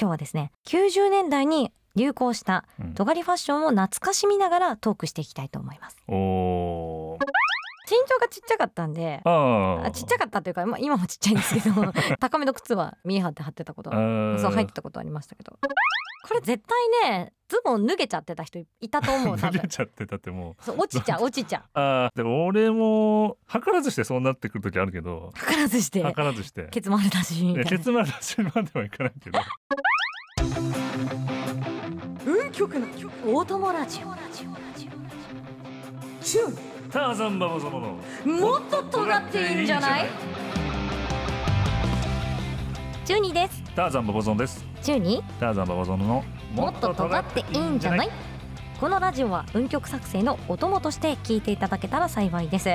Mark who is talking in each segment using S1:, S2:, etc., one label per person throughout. S1: 今日はですね90年代に流行した
S2: うん
S1: 尖りファッションを懐かしみながらトークしていきたいと思います
S2: おー
S1: 身長がちっちゃかったんで
S2: あ
S1: あちっちゃ
S2: か
S1: かったというか、まあ、今もちっちゃいんですけど 高めの靴は見え張って貼ってたことはそう入ってたことありましたけどこれ絶対ねズボン脱げちゃってた人いたと思う多
S2: 脱げ
S1: 分
S2: ちゃってたってもう
S1: そう落ちちゃ う落ちちゃ
S2: あーでも俺も図らずしてそうなってくる時あるけど
S1: う図らずして
S2: 図らずして
S1: ケツもあれだしみ
S2: い
S1: たいな
S2: やケツまで走るまではいかないけど
S3: 運極の
S1: 大友ラジオ
S3: チュ
S2: ターザンババゾノの
S1: もっと尖っているんじゃない中二です
S2: ターザンババゾノです
S1: 中二
S2: ターザンババゾノの
S1: もっと尖っていいんじゃないこのラジオは運極作成のお供として聞いていただけたら幸いです、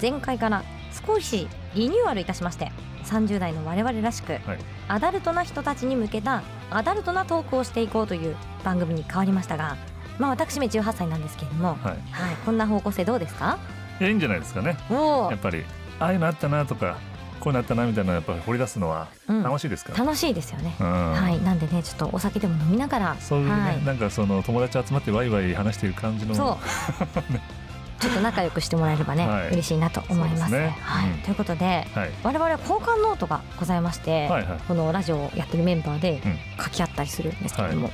S1: 前回から少しリニューアルいたしまして30代の我々らしく、アダルトな人たちに向けたアダルトなトークをしていこうという番組に変わりましたがまあ私め18歳なんですけれども、
S2: はい
S1: はい、こんな方向性どうですか
S2: いやいいんじゃないですかね
S1: おお
S2: やっ、ぱりああいうのあったなとかこういうのあったなみたいなのやっぱり掘り出すのは
S1: うん、
S2: 楽しいですから、
S1: 楽しいですよね、
S2: うん
S1: はいなんでねちょっとお酒でも飲みながら
S2: そういうね、
S1: はい
S2: なんかその友達集まってワイワイ話してる感じの
S1: そうちょっと仲良くしてもらえればね、
S2: はい
S1: 嬉しいなと思いま
S2: そう
S1: す
S2: ですね
S1: はい、
S2: うん
S1: ということで
S2: はい、
S1: 我々は交換ノートがございまして、
S2: はいはい
S1: このラジオをやってるメンバーで
S2: うん
S1: 書き合ったりするんですけれども、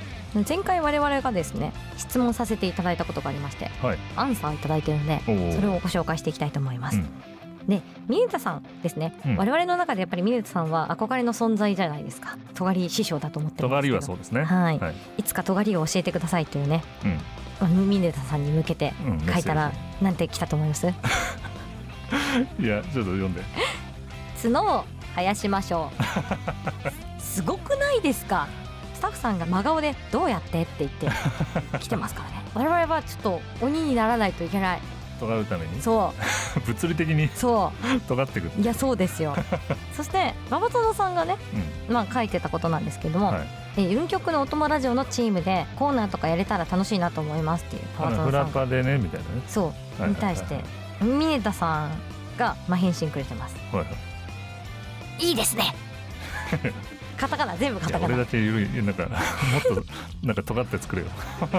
S1: 前回我々がですね質問させていただいたことがありまして、
S2: はい
S1: アンサーいただいてるので
S2: おー
S1: それをご紹介していきたいと思います、
S2: うん
S1: でミネタさんですね、
S2: うん
S1: 我々の中でやっぱりミネタさんは憧れの存在じゃないですか尖り師匠だと思ってます
S2: 尖
S1: け
S2: り
S1: ど
S2: はそうですね
S1: はい
S2: はい
S1: いつか尖りを教えてくださいというね、
S2: うん
S1: まあミネタさんに向けて
S2: うん
S1: 書いたら
S2: メ
S1: なんて来たと思い ます
S2: ッセージいやちょっと読んで
S1: 角を生やしましょうすごくないですかスタッフさんが真顔でどうやってって言って来てますから ね我々はちょっと鬼にならないといけない
S2: 尖るために
S1: そ
S2: 物理的に
S1: うそ
S2: 尖ってくる
S1: ういやそうですよそして馬場園さんがね、まあ、書いてたことなんですけども、
S2: はい
S1: え運極のお友ラジオのチームでコーナーとかやれたら楽しいなと思いますっていう馬
S2: あの
S1: 場園
S2: フ
S1: さ
S2: ラ
S1: んが
S2: パでねみたいなね
S1: そう
S2: はいはいはい
S1: に対して峰田さんが、まあ、返信くれてます
S2: はいはい
S1: いいです ねカタカナ全部カ
S2: い
S1: タ
S2: や
S1: カ
S2: 俺
S1: ナ
S2: だけ緩いなんか もっとなんか尖って作れよ
S1: はい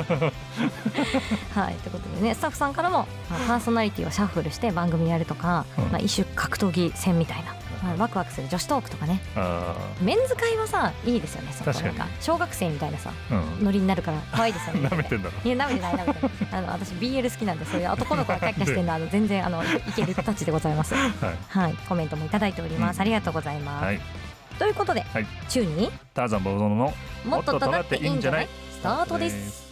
S1: ということでねスタッフさんからも、まあパーソナリティをシャッフルして番組やるとか、
S2: うん
S1: まあ、一種格闘技戦みたいな、まあ、ワクワクする女子トークとかね
S2: あ
S1: メンズ会はさいいですよねそこ
S2: 確か
S1: なん
S2: に
S1: か小学生みたいなさ
S2: あうん
S1: ノリになるから可愛いですよね
S2: 舐めてんだろ
S1: いやなめてないなめ てないあの私 BL 好きなんでそういう男の子がキャッキャしてるのはあの全然あのいけるたちでございます
S2: はい
S1: はいコメントもいただいております、
S2: うん
S1: ありがとうございます、
S2: はい
S1: ということで、
S2: はい
S1: 中に
S2: ターザンバオゾノの
S1: もっと尖っていいんじゃないスタートです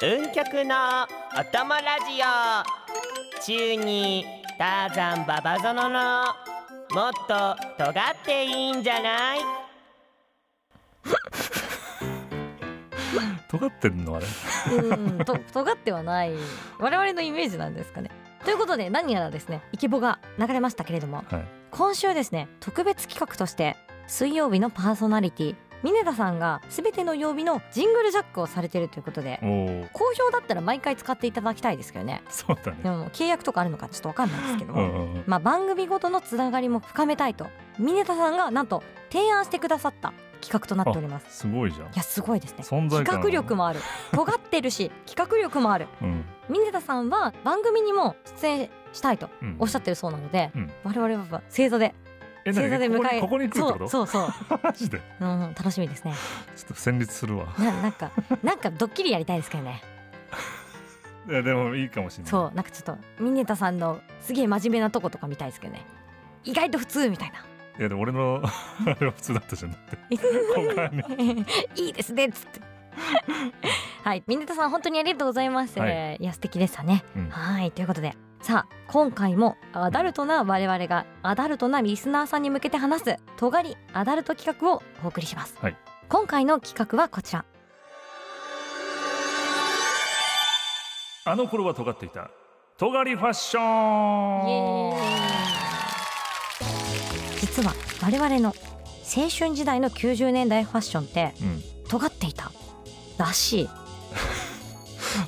S4: 運極のお供ラジオ中にターザンババゾノのもっと尖っていいんじゃない
S2: 尖ってんのあれ
S1: うんと尖ってはない我々のイメージなんですかねということで何やらですねイケボが流れましたけれども、
S2: はい
S1: 今週ですね特別企画として水曜日のパーソナリティ峰田さんが全ての曜日のジングルジャックをされてるということで
S2: おお
S1: 好評だったら毎回使っていただきたいですけどね
S2: そうだ
S1: で
S2: ね
S1: も契約とかあるのかちょっとわかんないですけど
S2: う
S1: も、
S2: んうんうん
S1: まあ、番組ごとのつながりも深めたいと峰田さんがなんと提案してくださった企画となっております
S2: すごいじゃん
S1: いやすごいですね
S2: 存在感
S1: 企画力もある尖ってるし 企画力もある
S2: うん
S1: 峰田さんは番組にも出演したいと
S2: うん
S1: おっしゃってるそうなので、
S2: うん
S1: 我々は正座で
S2: え
S1: 正座で迎
S2: 何
S1: え
S2: ここにここに来るってこと
S1: そうそうそう、
S2: マジで
S1: うん、楽しみですね
S2: ちょっと戦慄するわ
S1: ななん かなんかドッキリやりたいですけどね
S2: いやでもいいかもしれない
S1: そうなんかちょっと峰田さんのすげえ真面目なとことか見たいですけどね意外と普通みたいな
S2: いやでも 俺のあれは普通だったじゃんだって他に
S1: いいですねっつっ てはい峰田さん本当にありがとうございます、、
S2: はい
S1: や素敵でしたね
S2: うん
S1: はいということでさあ今回もアダルトな我々がアダルトなリスナーさんに向けて話す「とがりアダルト企画」をお送りします、
S2: はい
S1: 今回の企画はこちら
S2: あの頃は尖っていた尖りファッション
S1: 実は我々の青春時代の90年代ファッションって
S2: うん
S1: 尖っていたらしい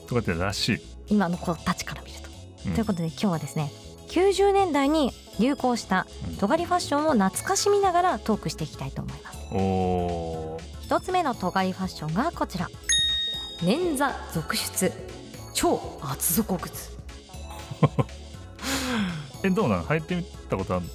S2: 尖ってたらしい
S1: 今の子たちから見ると。
S2: うん
S1: ということで今日はですね90年代に流行した
S2: うん
S1: 尖りファッションを懐かしみながらトークしていきたいと思います。
S2: おー
S1: 1つ目の尖りファッションがこちら捻挫続出超厚底靴
S2: えどうなん入ってみたことある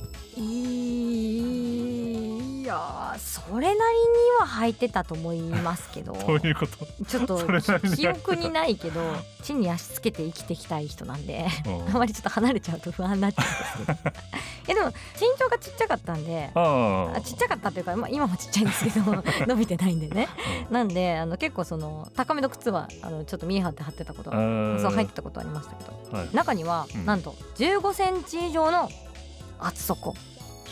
S1: いやそれなりには履いてたと思いますけ ど
S2: どうい うこと
S1: ちょっと
S2: それなりに履いてた
S1: 記憶にないけど地に足つけて生きていきたい人なんで
S2: うん
S1: あまりちょっと離れちゃうと不安になっちゃうんです けどいやでも身長がちっちゃかったんで
S2: あ
S1: あちっちゃかったというか、まあ、今もちっちゃいんですけ ど伸びてないんでねなんであの結構その高めの靴はあのちょっと見え張って貼ってたこと
S2: あ
S1: は
S2: ー
S1: そう入ってたことありましたけど
S2: はい
S1: 中には、
S2: うん
S1: なんと1 5センチ以上の厚 底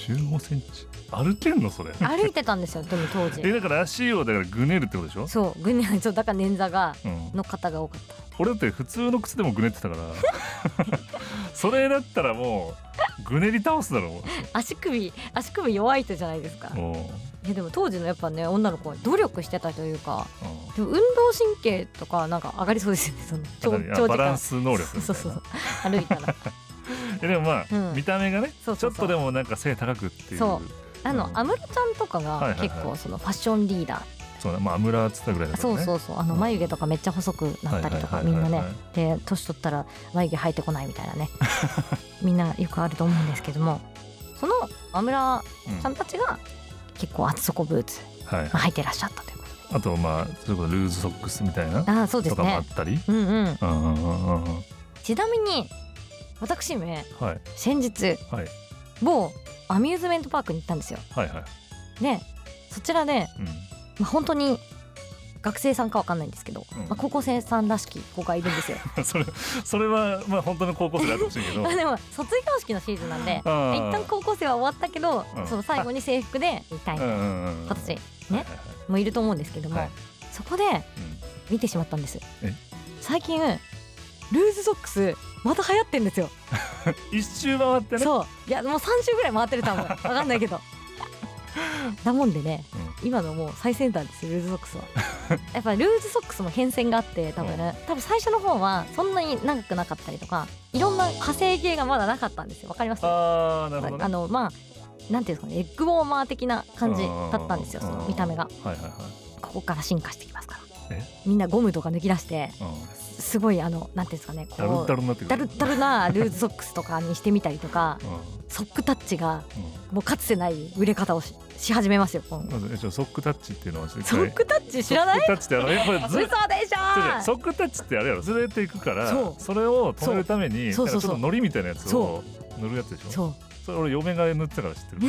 S2: 15センチ歩けんのそれ
S1: 歩いてたんですよでも当時
S2: えだから足をだからぐねるってことでしょ、
S1: そうぐね そうだから捻挫が
S2: うん、
S1: の方が多かった
S2: 俺だって普通の靴でもぐ ねってたからそれだったらもうぐねり倒すだ ろ
S1: 足首足首弱い人じゃないですか
S2: うも
S1: いやでも当時のやっぱね女の子は努力してたというか
S2: う、うん
S1: でも運動神経とかなんか上がりそうですよねその長長
S2: あ
S1: 時間
S2: バランス能力みたい な
S1: そうそうそう歩いたら
S2: えでもまあ、
S1: うん
S2: 見た目がね
S1: そうそうそう
S2: ちょっとでもなんか背高くっていう
S1: そあ
S2: う
S1: の
S2: ん
S1: 安室ちゃんとか
S2: はい
S1: が
S2: はいはい
S1: 結構そのファッションリーダー
S2: そうだまあアムラーっつったぐらいだから
S1: そ
S2: ね
S1: うそうそうあの
S2: うん
S1: 眉毛とかめっちゃ細くなったりとか
S2: はい
S1: み
S2: はい
S1: ん
S2: は
S1: ない
S2: はいはい
S1: ねで年取ったら眉毛生えてこないみたい なねみんなよくあると思うんですけどもその安村
S2: うん
S1: さんたちが結構厚底ブーツ
S2: はい
S1: まあ履いてらっしゃったというこ
S2: あとまあそれこそルーズソックスみたいな
S1: とああそうで
S2: と
S1: す
S2: かもあ
S1: ね
S2: ったり、
S1: うんうん
S2: うんうんうんうんうん
S1: ちなみに私め
S2: はい
S1: 先日
S2: はい
S1: 某アミューズメントパークに行ったんですよ
S2: はいはい、
S1: でそちらで、
S2: うん、
S1: まあ、本当に学生さんかわかんないんですけど、
S2: うん
S1: まあ、高校生さんらしき子がいるんですよ
S2: それそれはまあ本当の高校生であってほしい けど
S1: まあでも卒業式のシーズンなんで
S2: あ
S1: 一旦高校生は終わったけど、
S2: うん
S1: その最後に制服でみたい
S2: う
S1: な
S2: んうんうんうん
S1: 子たち
S2: はいはい
S1: もいると思うんですけども、
S2: はい
S1: そこで見てしまったんです
S2: え
S1: 最近ルーズソックスまた流行ってんですよ
S2: うん一周回ってね
S1: そういやもう3週ぐらい回ってると 思うわかんないけどだもんでね、今のもう最先端ですよルーズソック スはやっぱルーズソックスも変遷があって多分ね、多分最初の方はそんなに長くなかったりとかいろんな派生系がまだなかったんですよわかります
S2: ああなるほどね
S1: あのまあなんていうんですかねエッグウォーマー的な感じ
S2: うんうんうん
S1: だったんですよその見た目が
S2: はいはい
S1: ここから進化してきますから
S2: え
S1: みんなゴムとか抜き出して
S2: はい、うん、
S1: すごいあのなんていうんですかね
S2: ダルッ
S1: こ
S2: ダ
S1: う
S2: ルになってくる
S1: ダルッダルなルーズソックスとかにしてみたりとかソックタッチがもうかつてない売れ方をしし始めますよ今後
S2: うんうんまずえちょソックタッチっていうのは知って
S1: ソックタッチ知らない
S2: ソックタッチってあのえこれ
S1: 嘘
S2: ず
S1: でし
S2: 違う違う
S1: ょ
S2: ソックタッチってあれやろずれていくから
S1: そ
S2: そうれを止めるために
S1: そうそうそう
S2: なんかちょっと糊みたいなやつ
S1: そ
S2: を塗るやつでしょそ
S1: そう
S2: れ俺嫁が塗ってたから知ってる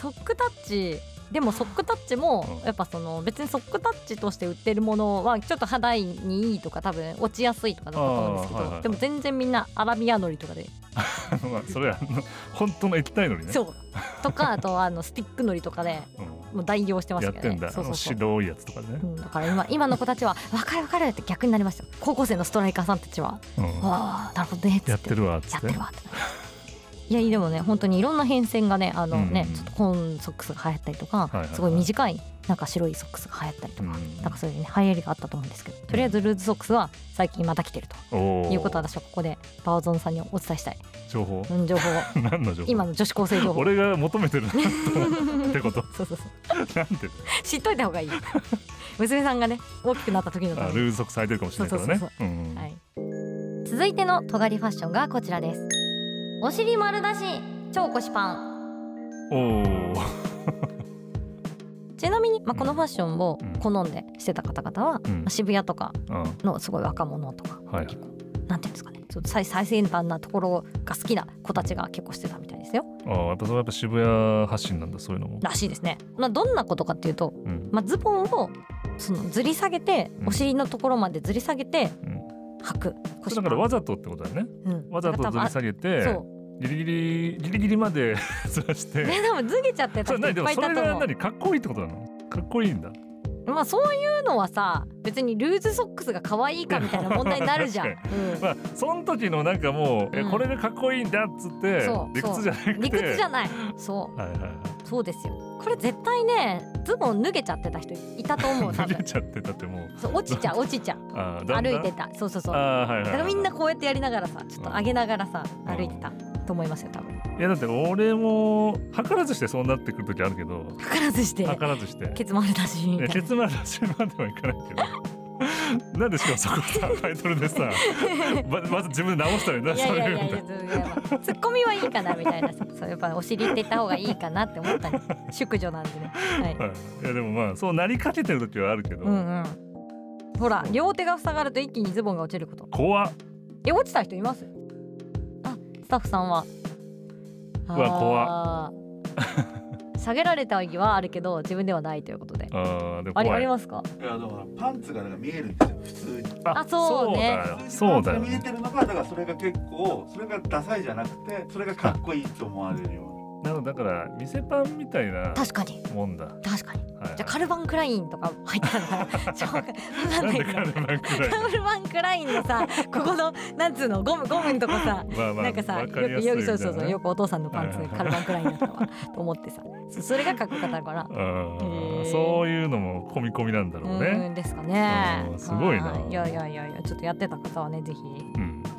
S1: ソックタッチでもソックタッチも
S2: うん
S1: やっぱその別にソックタッチとして売ってるものはちょっと肌にいいとか多分落ちやすいとかだったと思うんですけど、
S2: あーはいはいはい
S1: でも全然みんなアラビアのりとかで、
S2: まあそれはあの本当の液体のりね
S1: そうとかあとあのスティックのりとかで
S2: うん
S1: もう代用してま
S2: や
S1: す
S2: っ
S1: け
S2: て
S1: どね
S2: んだ
S1: そうそうそう
S2: あの白いやつとかね
S1: う、んだから今今の子たちは「分かる分かる」って逆になりました高校生のストライカーさんたちは
S2: う
S1: 「わ
S2: ん
S1: あなるほどね」っつって
S2: やってるわっつ
S1: や
S2: っ
S1: って
S2: て
S1: るわってなりましたいやでもね本当にいろんな変遷がねあのね、
S2: うん
S1: ちょっとコーンソックスが流行ったりとか、
S2: いはいはい
S1: すごい短いなんか白いソックスが流行ったりとか、
S2: うん
S1: なんかそういうね流行りがあったと思うんですけどとりあえずルーズソックスは最近また来てると
S2: おー
S1: いうことは私はここでバーゾンさんにお伝えしたい
S2: 情報
S1: うん情報を
S2: 何の情報
S1: 今の女子高生 情報
S2: 俺が求めてるなと思うっ てこと
S1: そうそうそう
S2: なんで
S1: 知っといた方がいい娘さんがね大きくなった時のた
S2: あ
S1: めに
S2: ルーズソックス履いてるかもしれないからね
S1: そうそう
S2: うん
S1: はい、続いての尖りファッションがこちらですお尻丸出し超腰パン
S2: おおー
S1: ちなみに、まあ、このファッションを
S2: うん
S1: 好んでしてた方々は、
S2: うん
S1: まあ渋谷とか
S2: うん
S1: のすごい若者とか
S2: はい
S1: なんていうんですかねそう最最先端なところが好きな子たちが結構してたみたいですよ
S2: ああやっぱそれはやっぱ渋谷発信なんだそういうのも
S1: らしいですね、まあ、どんなことかっていうと、
S2: うん
S1: まあ、ズボンをそのずり下げて
S2: うん
S1: お尻のところまでずり下げて
S2: うん
S1: 履く
S2: それだからわざとってことだよね
S1: うん
S2: わざとずり下げて
S1: そう
S2: ギリギリギリギリまで ずらして
S1: え多分ずげちゃって
S2: そ
S1: た
S2: れ
S1: 人いっ
S2: 何でも
S1: ぱいい
S2: そ
S1: た
S2: れ
S1: と
S2: が
S1: 思う
S2: 何かっこいいってことなのかっこいいんだ
S1: まあそういうのはさ別にルーズソックスが可愛いかみたいな問題になるじゃん、
S2: 確
S1: う
S2: まあその時のなんかもう、え
S1: うん
S2: これがかっこいいんだっつって
S1: そう
S2: 理
S1: そ
S2: 屈
S1: う
S2: じゃなくて
S1: ん、理屈じゃないそう
S2: はいはいはい
S1: そうですよこれ絶対ねズボン脱げちゃってた人いたと思う多
S2: 脱げ
S1: 分
S2: ちゃってだってもう
S1: そう落ちちゃう落ちちゃう
S2: あーだんだん
S1: 歩いてたそうそうそう
S2: あーはいはい、はい、
S1: だからみんなこうやってやりながらさちょっと上げながらさ
S2: うん
S1: 歩いてたと思いますよ多分
S2: いやだって俺も図らずしてそうなってくる時あるけど
S1: 図らずして
S2: 図らずして
S1: ケツ丸だしみたいな
S2: 結末は出しまではいかないけど なんでしかもそこさタイトル でさままず自分で直したのにないさ
S1: やいや
S2: れ
S1: い
S2: る
S1: や
S2: ん
S1: い
S2: だ
S1: や全
S2: よ
S1: 然まあツッコミはいいかなみたいなそうやっぱお尻って言った方がいいかなって思ったんです宿女なんでねはい、
S2: はいいやでもまあそうなりかけてる時はあるけど、
S1: うんうんほら両手が塞がると一気にズボンが落ちること
S2: 怖っ
S1: え落ちた人いますあスタッフさんはう
S2: わ
S1: 怖 下げられた意義はあるけど自分ではないということで
S2: あーでも
S1: あり
S2: 怖
S1: あり
S2: い
S1: ますか
S5: いやだからパンツがなんか見えるんですよ普通に
S1: あそうね
S2: そうだよそうだよ
S5: パンツが見え
S2: ね
S5: てるのがだからそれが結構それがダサいじゃなくてそれがかっこいいと思われるよ
S2: なのだから店パンみたいな
S1: 確かに
S2: もんだ、
S1: 確かに
S2: はい
S1: じゃあカルバンクラインとか入ったのか なちょっとわかん
S2: な
S1: なんい
S2: で
S1: け
S2: カ
S1: ど
S2: ルバ ンくらい
S1: カルバンクラインのさここのなんつうのゴムゴムのとこさ
S2: まあまあ
S1: なんかさ
S2: わ
S1: よ
S2: かりや
S1: く
S2: すい
S1: よ
S2: み
S1: く
S2: た
S1: そ
S2: いうな
S1: そうそうよくお父さんのパンツ
S2: はいはい
S1: カルバンクラインだったわと思ってさそそれがかっこよかったのかな
S2: あー
S1: へー
S2: そういうのも込み込みなんだ
S1: う
S2: ろう
S1: ー
S2: ね、
S1: んですかね
S2: うんすごいな
S1: はいいやいやいやいやちょっとやってた方はねぜひ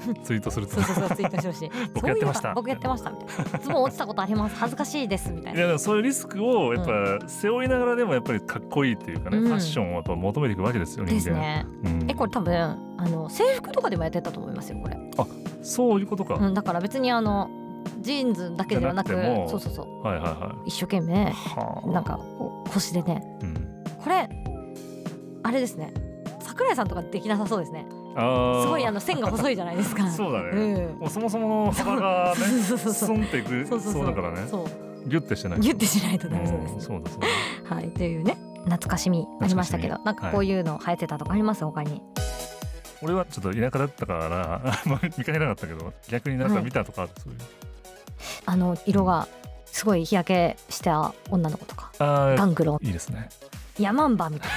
S2: うん、ツイートすると
S1: そうそうそうツイートしてほしい
S2: 僕やってまし
S1: そう
S2: た
S1: いえば僕やってましたみたいなズボン落ちたことあります恥ずかしいですみたい
S2: いや
S1: な
S2: でもそういうリスクをやっぱ背負いながらでもやっぱりかっこいいっていうかね、
S1: うん
S2: ファッションをやっぱ求めていくわけですよ人間
S1: ですね
S2: うん
S1: えこれ多分あの制服とかでもやってたと思いますよこれ
S2: そういうことか、
S1: うんだから別にあのジーンズだけではなく
S2: じゃなくても
S1: そうそうそう
S2: はいはいは
S1: 一生懸
S2: い
S1: 命
S2: はあ
S1: なんかこう腰でね
S2: うん、
S1: これあれですね桜井さんとかできなさそうですね
S2: あー
S1: すごいあの線が細いじゃないですか
S2: そうだね、
S1: うん
S2: もうそもそもの幅がね
S1: そうそう
S2: ス
S1: そう
S2: ンっていく
S1: そうそう
S2: そうだからね
S1: そう
S2: ギュッてしてない
S1: ギュッてしないとダメそうで
S2: うん
S1: すね
S2: そうだそうだ
S1: はいというね懐かしみありましたけどなん
S2: かしみ
S1: かこういうの生えてたとかあります他に
S2: 俺はちょっと田舎だったから あんまり見かけなかったけど逆になんか見たとかある、そういう
S1: あの色がすごい日焼けした女の子とか
S2: あ
S1: ガ
S2: ー
S1: ングロ
S2: いいですね
S1: ヤマンバみたい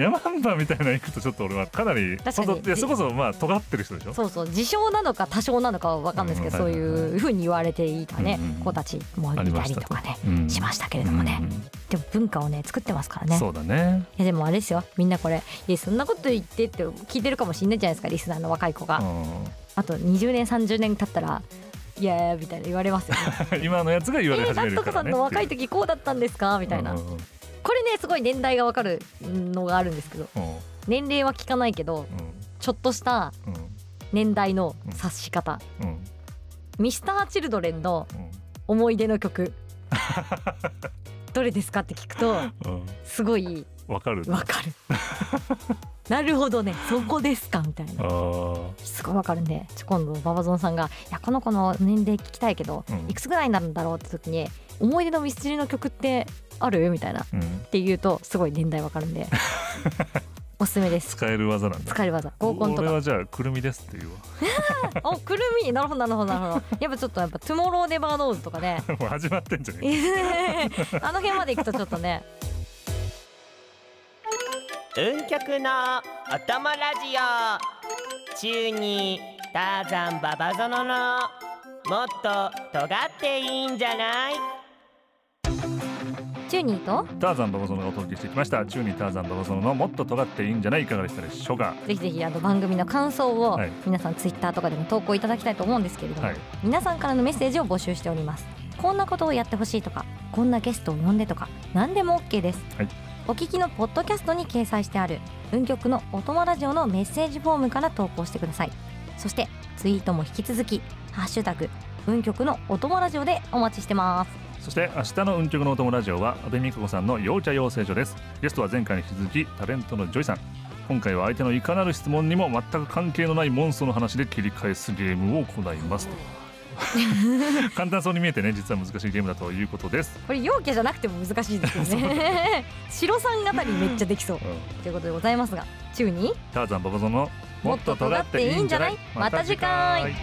S2: ヤマンバみたいなの行くとちょっと俺はかなり
S1: 確かに
S2: 本当いやそれこそまあ尖ってる人でしょ
S1: なそうそう自称なのか多少なのかは分かんないですけど
S2: うん
S1: そう
S2: はいはいはい
S1: いうふうに言われていたね
S2: うんうん
S1: 子たちもいた
S2: ありま
S1: り
S2: した
S1: とかね
S2: うん
S1: しましたけれどもね
S2: うん
S1: でも文化をね作ってますからね
S2: そうだね
S1: いやでもあれですよみんなこれいやそんなこと言ってって聞いてるかもしれないじゃないですかリスナーの若い子が、
S2: う
S1: あと20年30年経ったらいやーみたいな言われますよね
S2: ん 今のやつが言われ
S1: え
S2: 始
S1: な
S2: め
S1: ん
S2: る
S1: と
S2: か
S1: からさ
S2: ね
S1: んの
S2: って
S1: 若
S2: いう
S1: い時こうだったんですかみたいな、
S2: うんうんうん
S1: これねすごい年代がわかるのがあるんですけど年齢は聞かないけどちょっとした
S2: うん
S1: 年代の察し方、
S2: うんうん
S1: ミスターチルドレンの
S2: うん
S1: 思い出の曲どれですかって聞くと
S2: うん
S1: すごい
S2: わかる
S1: わか るなるほどねそこですかみたいな
S2: あー
S1: すごいわかるんでちょ今度ババゾンさんが「いやこの子の年齢聞きたいけど、
S2: うん
S1: いくつぐらいになるんだろう?」って時に「思い出のミスチルの曲ってある?」みたいなっ
S2: うん
S1: て言うとすごい年代わかる んでおすすめです
S2: 使える技なんだ
S1: 使える技合コンと
S2: 俺
S1: か
S2: はじゃあくるみですっていうわ
S1: おくるみなるほどなるほどなるほどやっぱちょっとやっぱ「トゥモロー・ネバー・ノーズ」とか ね
S2: もう始まってんじゃね
S1: あの辺まで行くとちょっとね
S4: 運極のお供ラジオ中にターザンババゾノのもっと尖っていいんじゃない
S1: チューニーと
S2: えかターザンババゾノがお届けしてきました中にターザンババゾノのもっと尖っていいんじゃないいかがでしたでしょうか
S1: ぜひぜひあの番組の感想を
S2: はい
S1: 皆さんツイッターとかでも投稿いただきたいと思うんですけれども、
S2: はい
S1: 皆さんからのメッセージを募集しておりますこんなことをやってほしいとかこんなゲストを呼んでとか何でも OK です、
S2: はい
S1: お聞きのポッドキャストに掲載してある運極のおともラジオのメッセージフォームから投稿してくださいそしてツイートも引き続きハッシュタグ運極のおともラジオでお待ちしてます
S2: そして明日の運極のお供ラジオは阿部美香子さんの陽茶養成所ですゲストは前回に引き続きタレントのジョイさん今回は相手のいかなる質問にも全く関係のないモンストの話で切り返すゲームを行いま すと簡単そうに見えてね実は難しいゲームだということです、
S1: これ陽キャじゃなくても難しいですよね 白さん語りめっちゃできそうということでございますが中に
S2: ターザンババゾンの
S1: もっと尖っていいんじゃないまた次回